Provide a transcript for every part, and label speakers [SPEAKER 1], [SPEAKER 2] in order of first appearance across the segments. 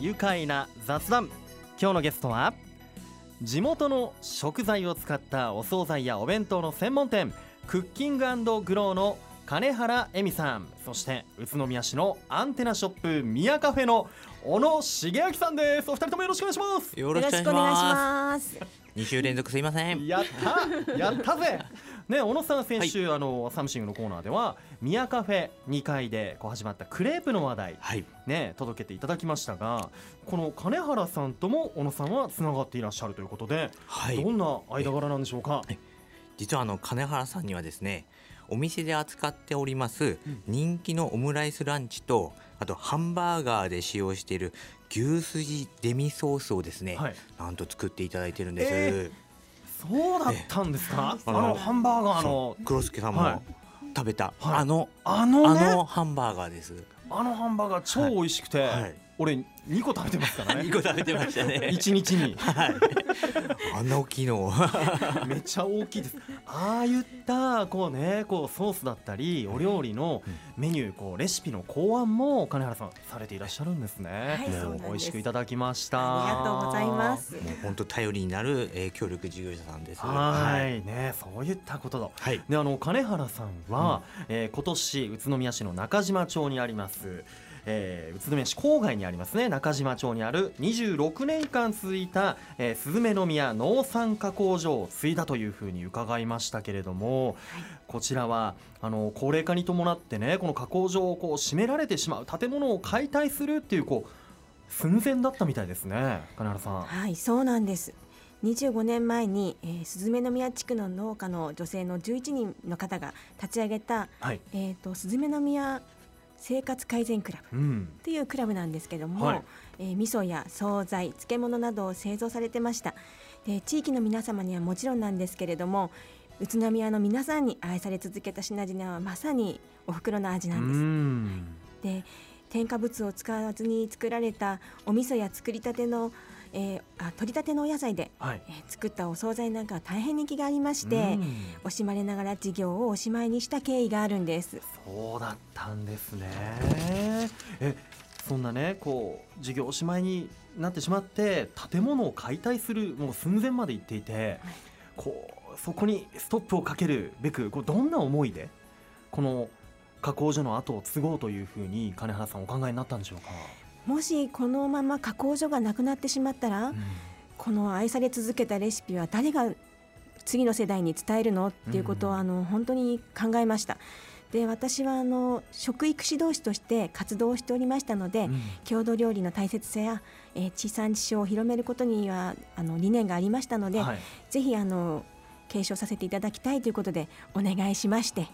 [SPEAKER 1] 愉快な雑談今日のゲストは地元の食材を使ったお惣菜やお弁当の専門店クッキンググローの金原恵美さんそして宇都宮市のアンテナショップミヤカフェの小野茂明さんですお二人ともよろしくお願いします
[SPEAKER 2] よ
[SPEAKER 3] よろ
[SPEAKER 2] ろし
[SPEAKER 3] し
[SPEAKER 2] く
[SPEAKER 3] く
[SPEAKER 2] お
[SPEAKER 3] お
[SPEAKER 2] 願いし
[SPEAKER 3] 願いし
[SPEAKER 2] ま
[SPEAKER 3] ます。
[SPEAKER 2] す。二週連続すいません。
[SPEAKER 1] やったやったぜね小野さん先週、あのサムシングのコーナーではミヤカフェ2階でこう始まったクレープの話題
[SPEAKER 2] はい。
[SPEAKER 1] ね届けていただきましたがこの金原さんとも小野さんはつながっていらっしゃるということで、
[SPEAKER 2] は
[SPEAKER 1] ど
[SPEAKER 2] い。
[SPEAKER 1] んな間柄なんでしょうか
[SPEAKER 2] 実はあの金原さんにはですね、お店で扱っております人気のオムライスランチと、あとハンバーガーで使用している牛すじデミソースをですね、
[SPEAKER 1] はい
[SPEAKER 2] なんと作っていただいてるんです。
[SPEAKER 1] えそうだったんですか
[SPEAKER 2] え
[SPEAKER 1] あのハンバーガーの
[SPEAKER 2] そう黒助さん
[SPEAKER 1] はい
[SPEAKER 2] も食べた、
[SPEAKER 1] はい
[SPEAKER 2] あの、
[SPEAKER 1] あのね
[SPEAKER 2] あ
[SPEAKER 1] あの
[SPEAKER 2] のハンバーガーです。
[SPEAKER 1] ハンバーガー超美味しくて、
[SPEAKER 2] はい
[SPEAKER 1] 俺2個食べてますからね
[SPEAKER 2] 個食べてまし たね。
[SPEAKER 1] 1日に
[SPEAKER 2] はい。あんな大きいのを。
[SPEAKER 1] めっちゃ大きいです。ああいったこうねこうソースだったりお料理のメニューこうレシピの考案も金原さんされていらっしゃるんですね。
[SPEAKER 3] はいそうなんです
[SPEAKER 1] 美味しくいただきました。
[SPEAKER 3] ありがとうございま。す。
[SPEAKER 2] もう本当頼りになる、えー協力事業者さんです。
[SPEAKER 1] は。いねそういったことだ。
[SPEAKER 2] はい。
[SPEAKER 1] であの金原さんは、えー今年宇都宮市の中島町にあります、えー宇都宮市郊外にありますね中島町にある26年間続いた、えー、スズメの宮農産加工所を継いだというふうに伺いましたけれども、こちらはあの高齢化に伴ってねこの加工所をこう閉められてしまう建物を解体するっていうこう寸前だったみたいですね金原さん。
[SPEAKER 3] はい、そうなんです。25年前に、えー、スズメの宮地区の農家の女性の11人の方が立ち上げた、
[SPEAKER 1] はい、
[SPEAKER 3] えー、とスズメの宮生活改善クラブ
[SPEAKER 1] うん
[SPEAKER 3] というクラブなんですけども、
[SPEAKER 1] はい
[SPEAKER 3] えー味噌や惣菜漬物などを製造されてましたで地域の皆様にはもちろんなんですけれども宇都宮の皆さんに愛され続けた品々はまさにお袋の味
[SPEAKER 1] う
[SPEAKER 3] なんです
[SPEAKER 1] ん
[SPEAKER 3] で添加物を使わずに作られたお味噌や作りたての、えーあ取りたてのお野菜で、
[SPEAKER 1] はい
[SPEAKER 3] えー作ったお惣菜なんかは大変人気がありまし
[SPEAKER 1] う
[SPEAKER 3] て
[SPEAKER 1] ん
[SPEAKER 3] 惜しまれながら事業をおしまいにした経緯があるんです。
[SPEAKER 1] そうだったんですね。え、そんなね、こう事業おしまいになってしまって、建物を解体するもう寸前まで行っていて、こうそこにストップをかけるべく、こうどんな思いでこの加工所の後を継ごうというふうに金原さんお考えになったんでしょうか。
[SPEAKER 3] もしこのまま加工所がなくなってしまったら、この愛され続けたレシピは誰が次の世代に伝えるのっていうことを、
[SPEAKER 1] うん
[SPEAKER 3] あの本当に考えましたで私はあの食育指導士として活動をしておりましたので、
[SPEAKER 1] うん
[SPEAKER 3] 郷土料理の大切さや、えー地産地消を広めることにはあの理念がありましたので、
[SPEAKER 1] はい。
[SPEAKER 3] ぜひあの継承させていただきたいということでお願いしまして、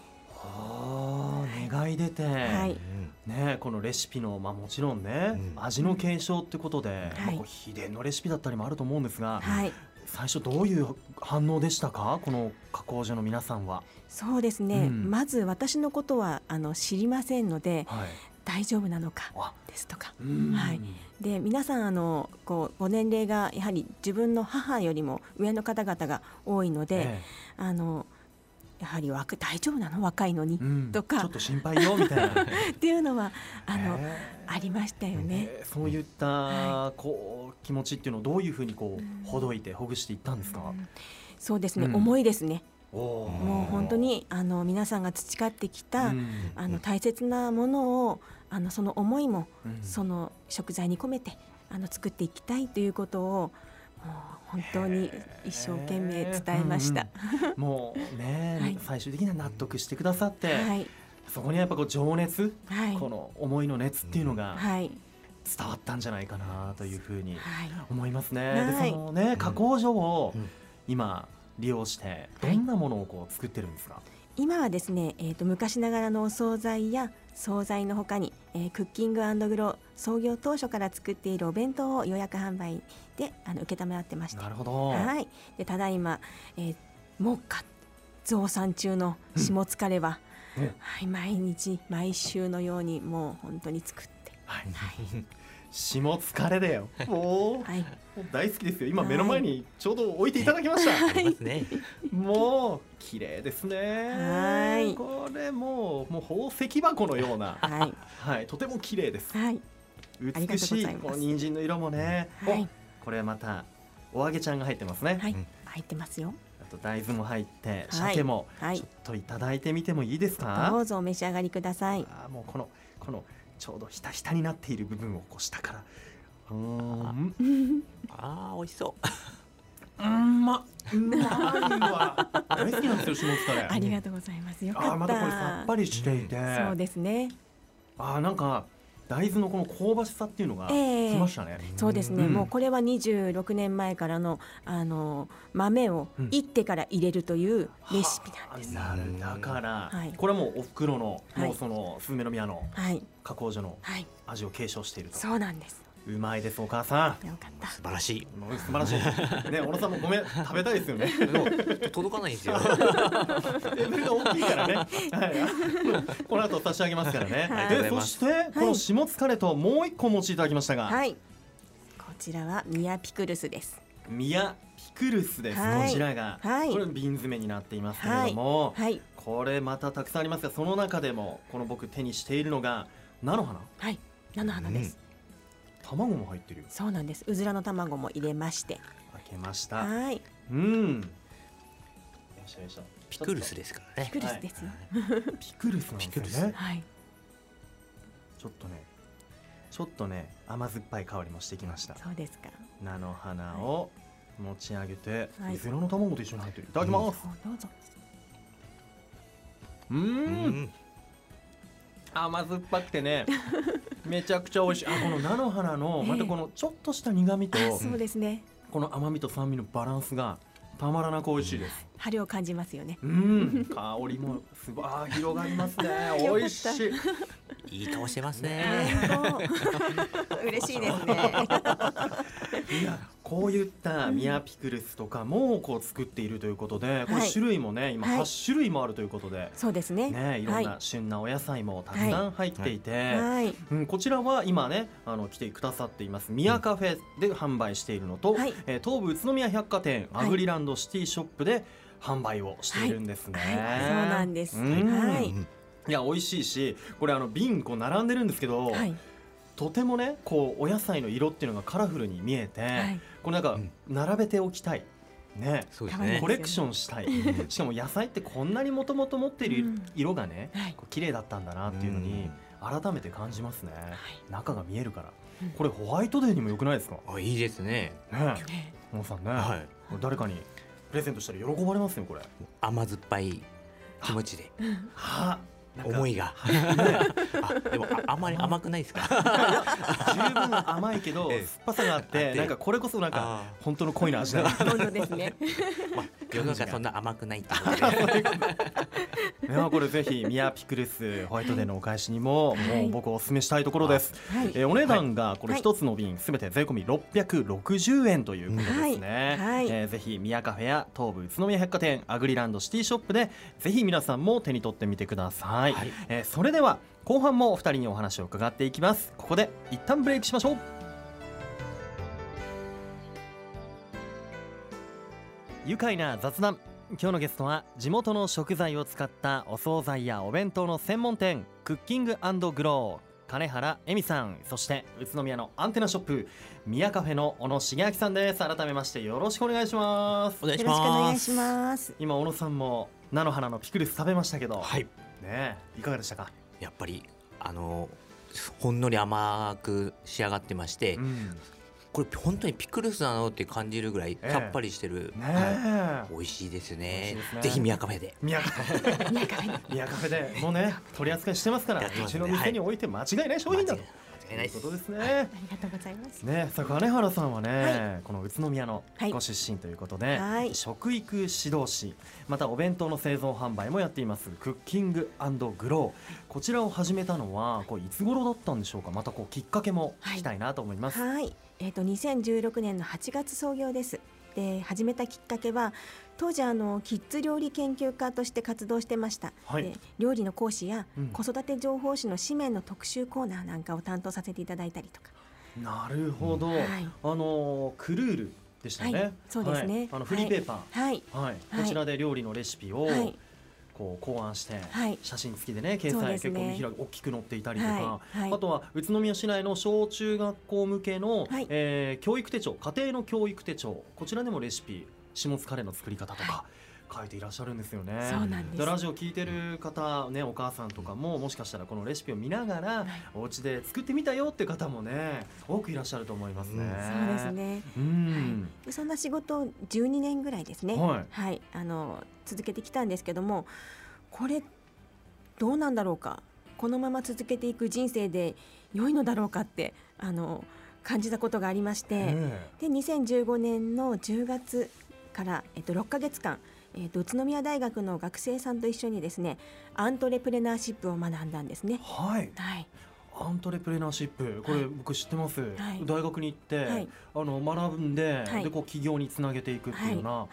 [SPEAKER 1] あー願い出て、
[SPEAKER 3] はい
[SPEAKER 2] うん
[SPEAKER 1] ね、このレシピの、まあ、もちろんね、
[SPEAKER 2] うん
[SPEAKER 1] 味の継承ってことで、
[SPEAKER 3] うん
[SPEAKER 1] まあこう秘伝のレシピだったりもあると思うんですが、
[SPEAKER 3] はい、
[SPEAKER 1] 最初どういう反応でしたかこの加工所の皆さんは、
[SPEAKER 3] そうですね、
[SPEAKER 1] うん
[SPEAKER 3] まず私のことはあの知りませんので
[SPEAKER 1] はい
[SPEAKER 3] 大丈夫なのか
[SPEAKER 1] あ
[SPEAKER 3] ですとか
[SPEAKER 1] うん
[SPEAKER 3] はいで皆さんあのこうご年齢がやはり自分の母よりも上の方々が多いので、
[SPEAKER 1] え
[SPEAKER 3] あのやはり若い大丈夫なの若いのに、
[SPEAKER 1] えうん
[SPEAKER 3] とか
[SPEAKER 1] ちょっと心配よみたいな
[SPEAKER 3] っていうのは あの、
[SPEAKER 1] え
[SPEAKER 3] ありましたよ
[SPEAKER 1] え
[SPEAKER 3] ね。
[SPEAKER 1] ええそういった、
[SPEAKER 3] は
[SPEAKER 1] こう気持ちっていうのをどういうふうにこうほどいてほぐしていったんですか、
[SPEAKER 3] そうですね、
[SPEAKER 1] うん
[SPEAKER 3] 重いですね。
[SPEAKER 1] おー
[SPEAKER 3] もう本当にあの皆さんが培ってきた、
[SPEAKER 1] うん
[SPEAKER 3] あの大切なものをあのその思いも、
[SPEAKER 1] うん
[SPEAKER 3] その食材に込めてあの作っていきたいということをもう本当に一生懸命伝えました。
[SPEAKER 1] もうね、
[SPEAKER 3] はい
[SPEAKER 1] 最終的には納得してくださって、
[SPEAKER 3] はい
[SPEAKER 1] そこにはやっぱこう情熱、
[SPEAKER 3] はい
[SPEAKER 1] この思いの熱っていうのが
[SPEAKER 3] はい
[SPEAKER 1] 伝わったんじゃないかなというふうに
[SPEAKER 3] はい
[SPEAKER 1] 思いますね。
[SPEAKER 3] は
[SPEAKER 1] で
[SPEAKER 3] い
[SPEAKER 1] そのね加工所を
[SPEAKER 2] うん
[SPEAKER 1] 今利用してど
[SPEAKER 3] はい
[SPEAKER 1] んなものをこう作ってるんですか。
[SPEAKER 3] 今はですね、えー、と昔ながらのお惣菜や惣菜のほかに、えークッキンググロー創業当初から作っているお弁当を予約販売であの承ってました
[SPEAKER 1] なるほど。
[SPEAKER 3] はい。でただいま、えー、目下増産中の下疲れは、
[SPEAKER 1] うんね
[SPEAKER 3] はい毎日毎週のようにもう本当に作って、
[SPEAKER 1] はい。下疲れだよ。も
[SPEAKER 3] はい、
[SPEAKER 1] う大好きですよ。今目の前にちょうど置いていただきました。
[SPEAKER 2] ありますね。
[SPEAKER 1] もう綺麗ですね。
[SPEAKER 3] はい
[SPEAKER 1] これもうもう宝石箱のような。
[SPEAKER 3] はい、
[SPEAKER 1] はい。とても綺麗です。
[SPEAKER 3] はい、あり
[SPEAKER 1] 美
[SPEAKER 3] がとうご
[SPEAKER 1] しい
[SPEAKER 3] ざいます
[SPEAKER 1] こう人参の色もね、
[SPEAKER 3] はい
[SPEAKER 1] おこれまたお揚げちゃんが入ってますね、
[SPEAKER 3] はい
[SPEAKER 2] うん
[SPEAKER 3] 入ってますよ
[SPEAKER 1] あと大豆も入って
[SPEAKER 3] はい
[SPEAKER 1] 鮭も
[SPEAKER 3] はい
[SPEAKER 1] ちょっといただいてみてもいいですか、
[SPEAKER 3] どうぞお召し上がりください
[SPEAKER 1] あーもうこのこのちょうどひたひたになっている部分をこう下からうーん
[SPEAKER 2] あー美味しそう。
[SPEAKER 1] うんまうまいわ大好きなんですよ下津カレー
[SPEAKER 3] ありがとうございますよか
[SPEAKER 1] あー
[SPEAKER 3] っ
[SPEAKER 1] またこれさ
[SPEAKER 3] た
[SPEAKER 1] っぱりしていて、
[SPEAKER 3] そうですね
[SPEAKER 1] あーなんか大豆のこの香ばしさっていうのが
[SPEAKER 3] ええ
[SPEAKER 1] きましたね、
[SPEAKER 3] そうですね、
[SPEAKER 1] うん
[SPEAKER 3] もうこれは26年前からのあの豆を
[SPEAKER 1] うん
[SPEAKER 3] いってから入れるというレシピなんです。
[SPEAKER 1] なるだから、
[SPEAKER 3] はい
[SPEAKER 1] これはもうお袋の、
[SPEAKER 3] はい
[SPEAKER 1] もうそのスズメの宮の
[SPEAKER 3] はい、
[SPEAKER 1] 加工所の
[SPEAKER 3] はい、
[SPEAKER 1] 味を継承していると
[SPEAKER 3] そうなんです。
[SPEAKER 1] うまいですお母さ
[SPEAKER 3] よかっ た。
[SPEAKER 2] 素晴らしい。
[SPEAKER 1] んもう素晴らしい ね小野さんもごめん食べたいですよね
[SPEAKER 2] でも届かないんですよ。
[SPEAKER 1] レベルが大きいから ね、はい、この後差し上げますからね、
[SPEAKER 3] はい
[SPEAKER 1] でそしてこの下疲れともう一個お持ちいただきましたが、
[SPEAKER 3] はい、こちらはミヤピクルスです。
[SPEAKER 1] ミヤピクルスです、
[SPEAKER 3] はい
[SPEAKER 1] こちらが、
[SPEAKER 3] はい
[SPEAKER 1] これ瓶詰めになっていますけれども、
[SPEAKER 3] はい、
[SPEAKER 1] これまたたくさんありますがその中でもこの僕手にしているのが菜の花
[SPEAKER 3] はい、菜の花です。
[SPEAKER 1] 卵も入ってるよ
[SPEAKER 3] そうなんです。うずらの卵も入れまして。
[SPEAKER 1] 開けました
[SPEAKER 3] はい、
[SPEAKER 1] うんよいしょよいしょ
[SPEAKER 2] ピクルス
[SPEAKER 1] ちょ
[SPEAKER 2] ですからね
[SPEAKER 3] ピ。クルスですよ。
[SPEAKER 1] っとピクルスなんです
[SPEAKER 2] ピク
[SPEAKER 1] よ
[SPEAKER 2] ル
[SPEAKER 1] ね
[SPEAKER 2] ス
[SPEAKER 3] はい、
[SPEAKER 1] ちょっとねちょっとね甘酸っぱい香りもしてきました
[SPEAKER 3] そうですか。
[SPEAKER 1] 菜の花を持ち上げて、
[SPEAKER 3] はいう
[SPEAKER 1] ずらの卵と一緒に入ってるいただきます
[SPEAKER 3] どうぞ。
[SPEAKER 1] うん
[SPEAKER 2] うん
[SPEAKER 1] 甘酸っぱくて ねめちゃくちゃ美味しいあこの菜の花のまたこのちょっとした苦味と
[SPEAKER 3] あ、そうですね。
[SPEAKER 1] この甘みと酸味のバランスがたまらなく美味しいです。
[SPEAKER 3] 春を感じますよね。
[SPEAKER 1] うん、香りもすごいあー広がります ね。美味しい。
[SPEAKER 2] いい顔してますね。
[SPEAKER 3] あー 嬉しいですね。
[SPEAKER 1] いや、こういったミヤピクルスとかもこう作っているということで、これ
[SPEAKER 3] はい
[SPEAKER 1] 種類もね、今
[SPEAKER 3] はい
[SPEAKER 1] 8種類もあるということで、
[SPEAKER 3] そうですね。
[SPEAKER 1] ね、いろ
[SPEAKER 3] は
[SPEAKER 1] ん
[SPEAKER 3] い
[SPEAKER 1] な旬なお野菜もたくさん入っていて、
[SPEAKER 3] はい。
[SPEAKER 1] うん、こちらは今ねあの来てくださっていますミヤカフェで販売しているのと、
[SPEAKER 3] はい
[SPEAKER 1] えー東武宇都宮百貨店
[SPEAKER 3] はい
[SPEAKER 1] アグリランドシティショップで販売をしているんですね。
[SPEAKER 3] はいそうなんです
[SPEAKER 1] ん
[SPEAKER 3] はい
[SPEAKER 1] いや美味しいしこれあの瓶こう並んでるんですけど、
[SPEAKER 3] はい。
[SPEAKER 1] とてもねこうお野菜の色っていうのがカラフルに見えて、
[SPEAKER 3] はい。
[SPEAKER 1] こうなんか
[SPEAKER 2] うん
[SPEAKER 1] 並べておきたい。ね、
[SPEAKER 2] そうです
[SPEAKER 3] 可愛い
[SPEAKER 2] ね
[SPEAKER 1] コ。レクションしたいしかも野菜ってこんなにもともと持って
[SPEAKER 3] う
[SPEAKER 1] る
[SPEAKER 3] ん
[SPEAKER 1] 色がね、
[SPEAKER 3] はい
[SPEAKER 1] こう綺麗だったんだなっていうのに改めて感じますね、
[SPEAKER 3] い
[SPEAKER 1] 中が見えるから
[SPEAKER 3] うん
[SPEAKER 1] これホワイトデーにも良くないですかね
[SPEAKER 2] あいいですね。
[SPEAKER 1] え
[SPEAKER 3] ね
[SPEAKER 1] 小野さんね、
[SPEAKER 2] はい。
[SPEAKER 1] これ誰かにプレゼントしたら喜ばれますよこれ
[SPEAKER 2] 甘酸っぱい気持ちで
[SPEAKER 1] は
[SPEAKER 2] 思
[SPEAKER 1] い
[SPEAKER 2] いが。あでもああんまり甘くないですか。
[SPEAKER 1] 十分甘いけど
[SPEAKER 2] え
[SPEAKER 1] 酸
[SPEAKER 2] え
[SPEAKER 1] っぱさがあっ
[SPEAKER 2] あってて
[SPEAKER 1] なんかこれこそなんか
[SPEAKER 2] あ
[SPEAKER 1] 本当の恋の味だ な
[SPEAKER 3] 本当ですね。
[SPEAKER 2] まあ世の中そんな甘くないってことで。
[SPEAKER 1] いやこれぜひミヤピクルスホワイトデーのお返しにも
[SPEAKER 3] はい
[SPEAKER 1] もう僕お勧めしたいところです、
[SPEAKER 3] はい。
[SPEAKER 1] えーお値段がこれ
[SPEAKER 3] はい
[SPEAKER 1] 一つの瓶すべて税込み660円ということですね、
[SPEAKER 3] はいはい
[SPEAKER 1] えーぜひ宮カフェや東武宇都宮百貨店アグリランドシティショップでぜひ皆さんも手に取ってみてください、
[SPEAKER 2] はい
[SPEAKER 1] えーそれでは後半もお二人にお話を伺っていきますここで一旦ブレイクしましょう愉快な雑談今日のゲストは地元の食材を使ったお惣菜やお弁当の専門店クッキンググロー金原恵美さんそして宇都宮のアンテナショップ宮カフェの小野茂明さんです改めましてよろしくお願いします
[SPEAKER 2] お願いし
[SPEAKER 3] よろしくお願
[SPEAKER 2] ま
[SPEAKER 3] いし
[SPEAKER 2] す。
[SPEAKER 3] ます。
[SPEAKER 1] 今小野さんも菜の花のピクルス食べましたけど、
[SPEAKER 2] はい。
[SPEAKER 1] ねえいかがでしたか、
[SPEAKER 2] やっぱりあのほんのり甘く仕上がってまして、
[SPEAKER 1] うん、ね
[SPEAKER 2] これ本当にピクルスなのって感じるぐらい
[SPEAKER 1] ええ
[SPEAKER 2] さっぱりしてる。
[SPEAKER 1] え、
[SPEAKER 2] はい美味しいです
[SPEAKER 1] 美味し
[SPEAKER 2] ね
[SPEAKER 1] いですね
[SPEAKER 2] ぜひ宮カフェで。
[SPEAKER 1] 宮カフ ェ
[SPEAKER 3] 宮川に
[SPEAKER 1] 宮カフェでもうね取り扱いしてますから
[SPEAKER 2] やって
[SPEAKER 1] う
[SPEAKER 2] ます
[SPEAKER 1] ち
[SPEAKER 2] ね
[SPEAKER 1] の店に置いて間違いない商品だと、
[SPEAKER 2] 間違い
[SPEAKER 1] と
[SPEAKER 2] ないいうで
[SPEAKER 1] こ
[SPEAKER 2] す
[SPEAKER 1] とですね、
[SPEAKER 3] ありがとうございます。
[SPEAKER 1] ね、さあ金原さんはね、
[SPEAKER 3] は
[SPEAKER 1] この宇都宮の
[SPEAKER 3] はい
[SPEAKER 1] ご出身ということで、
[SPEAKER 3] はい
[SPEAKER 1] 食育指導士またお弁当の製造販売もやっていますクッキンググローこちらを始めたのはこういつ頃だったんでしょうかまたこうきっかけも聞きたいなと思います。
[SPEAKER 3] はい。えっ、と2016年の8月創業です。で始めたきっかけは当時あのキッズ料理研究家として活動してました、
[SPEAKER 1] はい
[SPEAKER 3] で料理の講師や
[SPEAKER 1] うん
[SPEAKER 3] 子育て情報誌の紙面の特集コーナーなんかを担当させていただいたりとか、
[SPEAKER 1] なるほど、
[SPEAKER 3] はい
[SPEAKER 1] あのークルールでしたね、
[SPEAKER 3] はいそうですね
[SPEAKER 1] はいあのフリーペーパー、
[SPEAKER 3] はい
[SPEAKER 1] はい
[SPEAKER 3] はい
[SPEAKER 1] こちらで料理のレシピを、
[SPEAKER 3] はい
[SPEAKER 1] こう考案して、
[SPEAKER 3] はい
[SPEAKER 1] 写真付きでね掲
[SPEAKER 3] そう
[SPEAKER 1] 載
[SPEAKER 3] です
[SPEAKER 1] 結構
[SPEAKER 3] ね
[SPEAKER 1] 見開き大きく載っていたりとか、
[SPEAKER 3] はいはい
[SPEAKER 1] あとは宇都宮市内の小中学校向けの、
[SPEAKER 3] はい
[SPEAKER 1] えー教育手帳家庭の教育手帳こちらでもレシピ下津カレーの作り方とか、書いていらっしゃるんですよね。
[SPEAKER 3] そうなんです
[SPEAKER 1] ラジオ聞いてる方ねお母さんとかももしかしたらこのレシピを見ながらお家で作ってみたよって方もね多くいらっしゃると思いますね。
[SPEAKER 3] そうですね
[SPEAKER 1] うん。
[SPEAKER 3] でそんな仕事を12年ぐらいですね、
[SPEAKER 1] はい
[SPEAKER 3] あの続けてきたんですけどもこれどうなんだろうかこのまま続けていく人生で良いのだろうかってあの感じたことがありまして、
[SPEAKER 1] ね
[SPEAKER 3] で2015年の10月から、えっと、6ヶ月間、えっと、宇都宮大学の学生さんと一緒にですねアントレプレナーシップを学んだんですね。
[SPEAKER 1] はい。
[SPEAKER 3] はい、
[SPEAKER 1] アントレプレナーシップこれ僕知ってます。
[SPEAKER 3] はい
[SPEAKER 1] 大学に行って、
[SPEAKER 3] はい
[SPEAKER 1] あの学んで、
[SPEAKER 3] はい
[SPEAKER 1] でこう企業につなげていくって
[SPEAKER 3] はいい、
[SPEAKER 1] うような、
[SPEAKER 3] はい、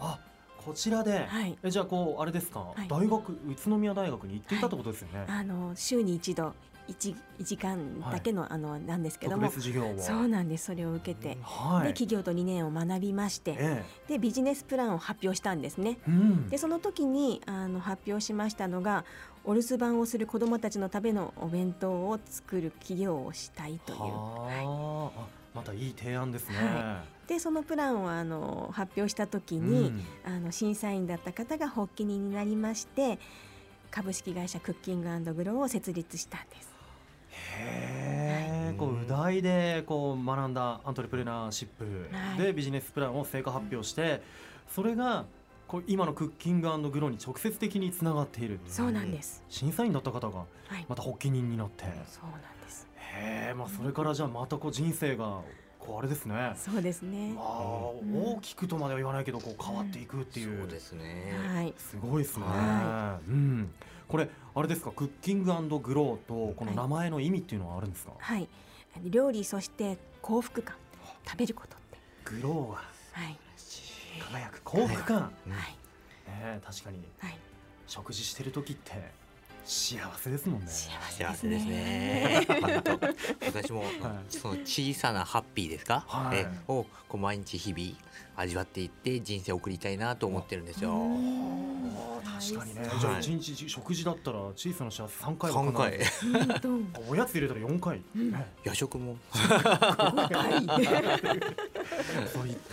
[SPEAKER 1] あこちらで、
[SPEAKER 3] はい
[SPEAKER 1] えじゃあこうあれですか、
[SPEAKER 3] はい
[SPEAKER 1] 大学宇都宮大学に行っていたってことですよね。
[SPEAKER 3] あの週に一度一一時間だけの、あのなんですけど
[SPEAKER 1] 特
[SPEAKER 3] も
[SPEAKER 1] 別、授業を。
[SPEAKER 3] そうなんです。それを受けて、
[SPEAKER 1] はい。
[SPEAKER 3] で企業と理念を学びまして、
[SPEAKER 1] え
[SPEAKER 3] でビジネスプランを発表したんですね。
[SPEAKER 1] えうん。
[SPEAKER 3] でその時にあの発表しましたのがお留守番をする子どもたちのためのお弁当を作る企業をしたいという
[SPEAKER 1] はあ、あまたいい提案ですね。
[SPEAKER 3] はでそのプランをあの発表した時に、
[SPEAKER 1] うん
[SPEAKER 3] あの審査員だった方が発起人になりまして株式会社クッキンググローを設立したんです。
[SPEAKER 1] へえ、こ
[SPEAKER 2] う
[SPEAKER 1] うんう大でこう学んだアントレプレナーシップ
[SPEAKER 3] はい
[SPEAKER 1] でビジネスプランを成果発表して、それがこう今のクッキンググローに直接的につながっている。
[SPEAKER 3] そうなんです、
[SPEAKER 1] 審査員だった方が
[SPEAKER 3] はい、
[SPEAKER 1] また発起人になって、へ
[SPEAKER 3] そうなんです
[SPEAKER 1] え、まあそれからじゃあまたこう人生がこうあれですね。
[SPEAKER 3] そうですね
[SPEAKER 1] ま。あ
[SPEAKER 3] ん
[SPEAKER 1] 大きくとまでは言わないけどこう変わっていくっていう。
[SPEAKER 2] そうですね。
[SPEAKER 3] はい、
[SPEAKER 1] すごいですね、
[SPEAKER 3] は
[SPEAKER 1] うん、これあれですかクッキンググローとこの
[SPEAKER 3] はい
[SPEAKER 1] 名前の意味っていうのはあるんですか、
[SPEAKER 3] はい、料理そして幸福感食べることって、
[SPEAKER 1] グローは
[SPEAKER 3] はい
[SPEAKER 1] 輝く幸福感、
[SPEAKER 2] うん
[SPEAKER 3] はい
[SPEAKER 1] ねえ確かに
[SPEAKER 3] はい、
[SPEAKER 1] 食事してる時って幸せですもんね
[SPEAKER 3] 幸
[SPEAKER 2] 幸
[SPEAKER 3] せ
[SPEAKER 2] せ
[SPEAKER 3] で
[SPEAKER 2] ですす
[SPEAKER 3] ね
[SPEAKER 2] ね。本当私
[SPEAKER 1] い
[SPEAKER 2] もその小さなハッピーですか、
[SPEAKER 1] はい
[SPEAKER 2] えをこう毎日日々味わっていって人生を送りたいなと思ってるんですよ。
[SPEAKER 1] あー確かにね、
[SPEAKER 2] はい
[SPEAKER 1] じゃあ一日じ食事だったら小さな幸せ3回は
[SPEAKER 2] 三
[SPEAKER 1] 必
[SPEAKER 2] 回
[SPEAKER 1] ず
[SPEAKER 3] 本当
[SPEAKER 1] あおやつ入れたら4回、ね
[SPEAKER 2] 夜食も
[SPEAKER 1] そういった、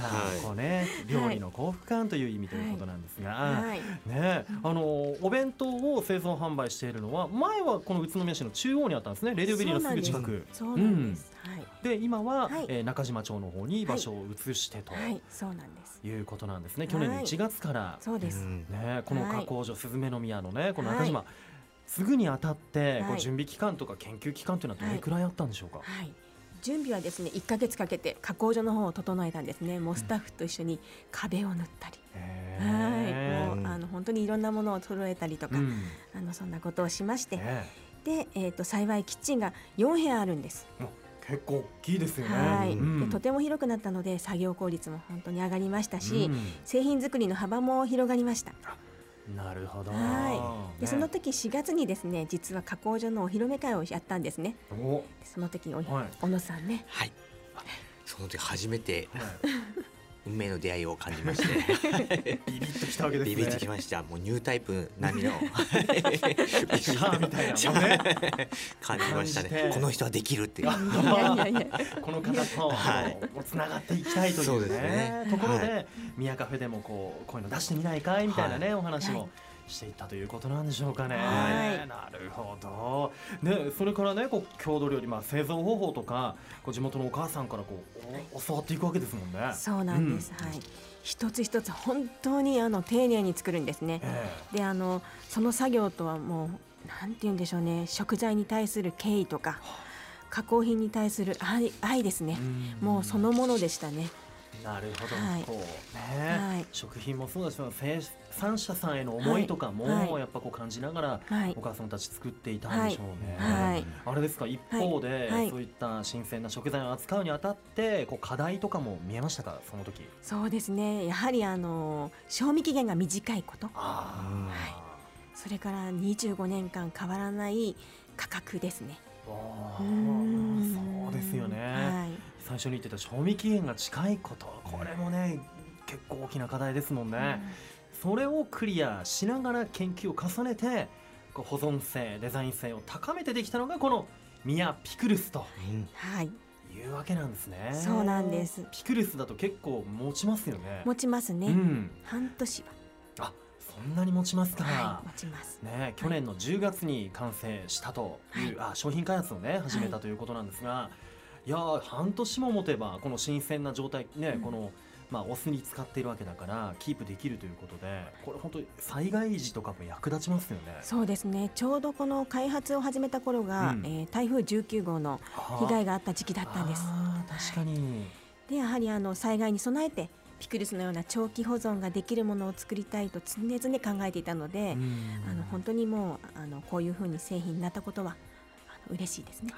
[SPEAKER 2] はい
[SPEAKER 1] こうね料理の幸福感という意味ということなんですが、
[SPEAKER 3] はい、
[SPEAKER 1] ねえ、あのお弁当を製造販売しているのは前はこの宇都宮市の中央にあったんですねレディオビリーのすぐ近く
[SPEAKER 3] そうなんです。はい、
[SPEAKER 1] で今は、
[SPEAKER 3] はい
[SPEAKER 1] えー中島町の方に場所を移してと
[SPEAKER 3] はい、そうなんです。
[SPEAKER 1] いうことなんですね、
[SPEAKER 3] はい
[SPEAKER 1] 去年の1月から、
[SPEAKER 3] そうです。
[SPEAKER 2] うん
[SPEAKER 1] ねえこの加工所、スズメの宮のねこの中島、
[SPEAKER 3] は
[SPEAKER 1] すぐにあたって、こ
[SPEAKER 3] は
[SPEAKER 1] う
[SPEAKER 3] い
[SPEAKER 1] 準備期間とか研究期間というのはどれくらいあったんでしょうか、
[SPEAKER 3] はい。準備はですね、1ヶ月かけて加工所の方を整えたんですね。もうスタッフと一緒に壁を塗ったり、
[SPEAKER 1] へえ
[SPEAKER 3] はい、もうあの本当にいろんなものを揃えたりとか、
[SPEAKER 1] うんね
[SPEAKER 3] あのそんなことをしまして、
[SPEAKER 1] え
[SPEAKER 3] で、えっ、と幸いキッチンが4部屋あるんです。
[SPEAKER 1] 結構大きいですよね。
[SPEAKER 3] はい、
[SPEAKER 1] うん
[SPEAKER 3] で、とても広くなったので作業効率も本当に上がりました
[SPEAKER 1] う
[SPEAKER 3] し、
[SPEAKER 1] ん
[SPEAKER 3] 製品作りの幅も広がりました。
[SPEAKER 1] なるほど。
[SPEAKER 3] はい。で、
[SPEAKER 1] ね
[SPEAKER 3] その時4月にですね、実は加工所のお披露目会をやったんですね。
[SPEAKER 1] お
[SPEAKER 3] その時にお、
[SPEAKER 1] はい
[SPEAKER 3] 小野さん ね、
[SPEAKER 2] はい。その時初めて
[SPEAKER 1] は
[SPEAKER 2] 運命の出会いを感じまして
[SPEAKER 1] い、ビビッときたわけですね。
[SPEAKER 2] ビビっ てきました。もうニュータイプ並みの
[SPEAKER 1] シャーみ たいなもんね。
[SPEAKER 2] 感じました
[SPEAKER 1] 感じ
[SPEAKER 2] ね
[SPEAKER 1] て。
[SPEAKER 2] この人はできるっていう。
[SPEAKER 3] いやいやいや、
[SPEAKER 1] この方と
[SPEAKER 2] はい
[SPEAKER 1] つながっていきたいとい
[SPEAKER 2] そうう
[SPEAKER 1] ね
[SPEAKER 2] ですね
[SPEAKER 1] ところで、
[SPEAKER 2] は
[SPEAKER 1] 宮カフェでもこうこういうの出してみないかいみたいなね、お話も。
[SPEAKER 3] はい
[SPEAKER 1] していったということなんでしょうかね。
[SPEAKER 3] はい
[SPEAKER 1] なるほど。ね、それからね、こう郷土料理、まあ製造方法とか、こう地元のお母さんからこうお教わっていくわけですもんね。
[SPEAKER 3] そうなんです。
[SPEAKER 1] うん
[SPEAKER 3] はい。一つ一つ本当にあの丁寧に作るんですね。
[SPEAKER 1] え
[SPEAKER 3] で、あのその作業とはもうなんて言うんでしょうね。食材に対する敬意とか加工品に対する愛愛ですね
[SPEAKER 1] え。ん
[SPEAKER 3] もうそのものでしたね。
[SPEAKER 1] なるほど、
[SPEAKER 3] はい
[SPEAKER 1] こうね、
[SPEAKER 3] はい
[SPEAKER 1] 食品もそうだし生産者さんへの思いとかも、
[SPEAKER 3] はいはい
[SPEAKER 1] やっぱこう感じながら、
[SPEAKER 3] はい
[SPEAKER 1] お。母さんたち作っていたんでしょうね。
[SPEAKER 3] はい
[SPEAKER 1] あれですか一方で、
[SPEAKER 3] はい
[SPEAKER 1] そういった新鮮な食材を扱うにあたってこう課題とかも見えましたかその時
[SPEAKER 3] そうですね。やはりあの賞味期限が短いこと、
[SPEAKER 1] あ
[SPEAKER 3] それから25年間変わらない価格ですね。
[SPEAKER 1] ーあ
[SPEAKER 3] う
[SPEAKER 1] ー
[SPEAKER 3] ーん
[SPEAKER 1] そうですよね、
[SPEAKER 3] はい。
[SPEAKER 1] 最初に言ってた賞味期限が近いことこれもね結構大きな課題ですもんね、それをクリアしながら研究を重ねてこう保存性デザイン性を高めてできたのがこのミヤピクルスと
[SPEAKER 2] うん
[SPEAKER 3] はい、
[SPEAKER 1] いうわけなんですね
[SPEAKER 3] そうなんです
[SPEAKER 1] ピクルスだと結構持ちますよね
[SPEAKER 3] 持ちますね。
[SPEAKER 1] うん
[SPEAKER 3] 半年は、
[SPEAKER 1] あそんなに持ちますか、
[SPEAKER 3] はい、持ちます。
[SPEAKER 1] ね、去年の10月に完成したという、あ商品開発をね始めたということなんですが、い、やー半年も持てばこの新鮮な状態ね、
[SPEAKER 3] うん
[SPEAKER 1] このまあお酢に使っているわけだからキープできるということでこれ本当に災害時とかも役立ちますよね。
[SPEAKER 3] そうですね。ちょうどこの開発を始めた頃が、
[SPEAKER 1] うん
[SPEAKER 3] えー台風19号の被害があった時期だ
[SPEAKER 1] あ
[SPEAKER 3] ったんです。
[SPEAKER 1] あー確かに、
[SPEAKER 3] で、やはりあの災害に備えてピクルスのような長期保存ができるものを作りたいと常々考えていたので、
[SPEAKER 1] うん
[SPEAKER 3] あの本当にもうあのこういう風に製品になったことはあの嬉しいですね。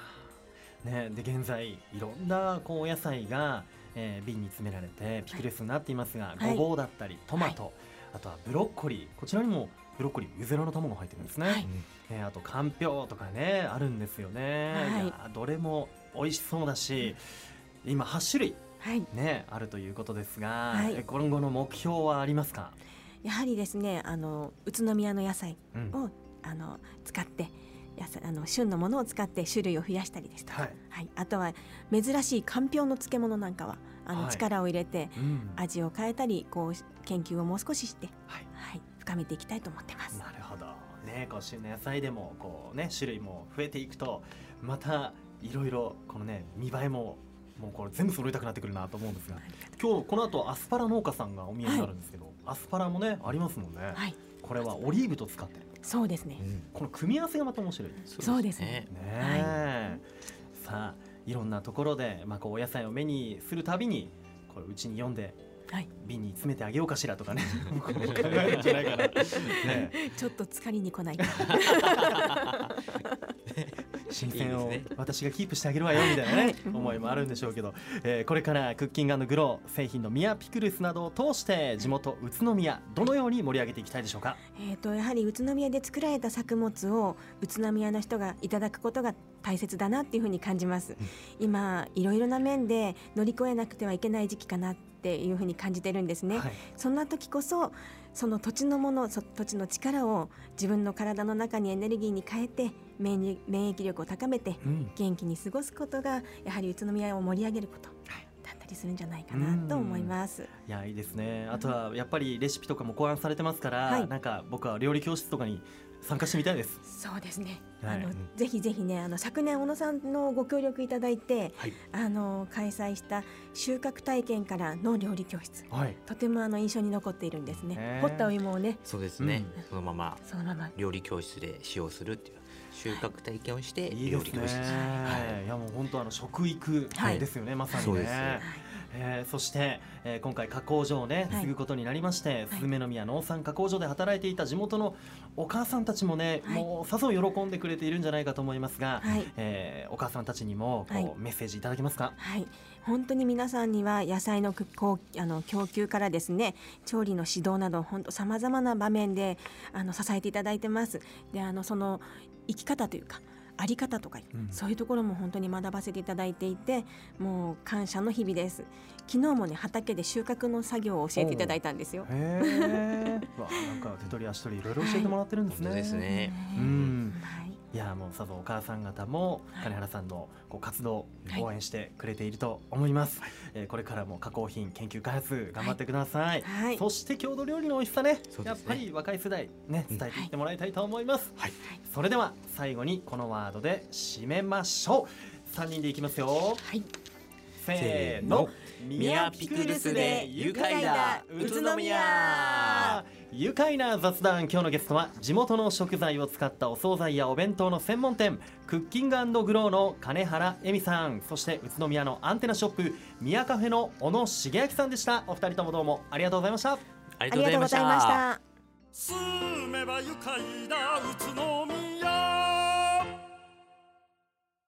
[SPEAKER 1] ね、で現在いろんなこうお野菜が、えー瓶に詰められてピクルスになっていますが、
[SPEAKER 3] はい
[SPEAKER 1] ごぼうだったりトマト、あとはブロッコリーこちらにもブロッコリーゆずらの卵が入ってるんですね、
[SPEAKER 3] はい
[SPEAKER 1] えーあとかんぴょうとかねあるんですよね、
[SPEAKER 3] はい
[SPEAKER 1] いやーどれも美味しそうだし今8種類
[SPEAKER 3] はい。
[SPEAKER 1] ねあるということですが、
[SPEAKER 3] はい
[SPEAKER 1] え今後の目標はありますか、
[SPEAKER 3] やはりですね、あの宇都宮の野菜
[SPEAKER 1] うん
[SPEAKER 3] をあの使って。野菜あの旬のものを使って種類を増やしたりですとか、
[SPEAKER 1] はい
[SPEAKER 3] あとは珍しいかんぴょうの漬物なんかはあの、
[SPEAKER 1] はい
[SPEAKER 3] 力を入れて
[SPEAKER 1] うん
[SPEAKER 3] 味を変えたりこう研究をもう少しして、
[SPEAKER 1] はい
[SPEAKER 3] はい、深めていきたいと思ってます。
[SPEAKER 1] なるほどねこう旬の野菜でもこうね種類も増えていくとまたいろいろこのね見栄えももうこれ全部揃えたくなってくるなと思うんですが
[SPEAKER 3] ありがと
[SPEAKER 1] 今日この後アスパラ農家さんがお見えになるんですけど、アスパラもねありますもんね、
[SPEAKER 3] うはい、
[SPEAKER 1] これはオリーブと使ってる
[SPEAKER 3] そうですね。
[SPEAKER 1] この組み合わせがまた面白いね
[SPEAKER 3] そうですね
[SPEAKER 1] え、さあいろんなところで、まあ、こうお野菜を目にするたびにこれうちに読んで
[SPEAKER 3] はい、
[SPEAKER 1] 瓶に詰めてあげようかしらと かね考えるんじゃないかな、ねえ、
[SPEAKER 3] ちょっと疲れに来 ないか。
[SPEAKER 1] 新鮮を
[SPEAKER 2] いいですね
[SPEAKER 1] 私がキープしてあげるわよみたいな
[SPEAKER 3] は
[SPEAKER 1] ね
[SPEAKER 3] い
[SPEAKER 1] 思いもあるんでしょうけど、えーこれからクッキンググロー製品のミヤピクルスなどを通して地元宇都宮どのように盛り上げていきたいでしょうか
[SPEAKER 3] えー、とやはり宇都宮で作られた作物を宇都宮の人がいただくことが大切だなっていうふうに感じます今いろいろな面で乗り越えなくてはいけない時期かなっていうふうに感じてるんですね、
[SPEAKER 1] はい、
[SPEAKER 3] そんな時こそその土地のものそ土地の力を自分の体の中にエネルギーに変えて免疫免疫力を高めて
[SPEAKER 1] うん
[SPEAKER 3] 元気に過ごすことがやはり宇都宮を盛り上げることだったりするんじゃないかなと思います、
[SPEAKER 1] いやいいですねあとはやっぱりレシピとかも考案されてますから、
[SPEAKER 3] はい
[SPEAKER 1] なんか僕は料理教室とかに参加してみたいです
[SPEAKER 3] そうですね。
[SPEAKER 1] はい
[SPEAKER 3] あの、
[SPEAKER 2] うん
[SPEAKER 3] ぜひぜひね、あの昨年小野さんのご協力いただいて、
[SPEAKER 2] はい
[SPEAKER 3] あの開催した収穫体験からの料理教室。
[SPEAKER 1] はい
[SPEAKER 3] とてもあの印象に残っているんですね
[SPEAKER 1] ね。
[SPEAKER 3] 掘ったお芋をね、
[SPEAKER 2] そうですね、そのまま
[SPEAKER 3] そのまま。
[SPEAKER 2] 料理教室で使用するっていう収穫体験をして
[SPEAKER 1] いい
[SPEAKER 2] 料
[SPEAKER 1] で
[SPEAKER 2] 理
[SPEAKER 1] す
[SPEAKER 2] 教
[SPEAKER 1] ね、、
[SPEAKER 2] 室はい
[SPEAKER 1] やもう本当あの食育
[SPEAKER 3] はい
[SPEAKER 1] ですよね、まさ
[SPEAKER 2] そ
[SPEAKER 1] に
[SPEAKER 2] う
[SPEAKER 1] ね
[SPEAKER 2] です
[SPEAKER 1] えーそして、えー今回加工場をね
[SPEAKER 3] はい
[SPEAKER 1] 継ぐことになりまして、
[SPEAKER 3] い
[SPEAKER 1] スズメの宮農産加工場で働いていた地元のお母さんたちもね、
[SPEAKER 3] はい
[SPEAKER 1] もうさぞ喜んでくれているんじゃないかと思いますが、
[SPEAKER 3] はい。
[SPEAKER 1] えーお母さんたちにもこう、
[SPEAKER 3] はい
[SPEAKER 1] メッセージいただけますか
[SPEAKER 3] はい、本当に皆さんには野菜のくこうあの供給からですね調理の指導など本当さまざまな場面であの支えていただいてます。であのその生き方というかあり方とか、
[SPEAKER 1] うん
[SPEAKER 3] そういうところも本当に学ばせていただいていてもう感謝の日々です。昨日もね畑で収穫の作業を教えていただいたんですよ。
[SPEAKER 1] へえなんか手取り足取りいろいろ教えてもらってるんです
[SPEAKER 2] 本
[SPEAKER 1] ね、
[SPEAKER 2] 当ですね
[SPEAKER 1] う
[SPEAKER 3] ね
[SPEAKER 1] ん
[SPEAKER 3] はい
[SPEAKER 1] いやもうさぞお母さん方も
[SPEAKER 3] はい
[SPEAKER 1] 金原さんのこう活動
[SPEAKER 3] はい
[SPEAKER 1] 応援してくれていると思います、えーこれからも加工品研究開発頑張ってください、
[SPEAKER 3] はい
[SPEAKER 1] そして郷土料理の美味しさね
[SPEAKER 2] そうですね
[SPEAKER 1] やっぱり若い世代ね
[SPEAKER 2] うん
[SPEAKER 1] 伝えていってもらいたいと思います、
[SPEAKER 2] はい
[SPEAKER 1] それでは最後にこのワードで締めましょう3人でいきますよ
[SPEAKER 3] はい
[SPEAKER 1] せー
[SPEAKER 2] せー
[SPEAKER 1] の
[SPEAKER 2] のミヤピクルスで愉快だ宇都宮
[SPEAKER 1] 愉快な雑談今日のゲストは地元の食材を使ったお惣菜やお弁当の専門店クッキンググローの金原恵美さんそして宇都宮のアンテナショップ宮カフェの小野茂明さんでしたお二人ともどうもありがとうございました
[SPEAKER 2] ありが
[SPEAKER 3] あ
[SPEAKER 2] とう
[SPEAKER 3] り
[SPEAKER 2] ご
[SPEAKER 3] が
[SPEAKER 2] ざ
[SPEAKER 3] と
[SPEAKER 2] いう
[SPEAKER 3] ご
[SPEAKER 2] まし
[SPEAKER 3] ざいましたた。
[SPEAKER 4] 住めば愉快だ宇都宮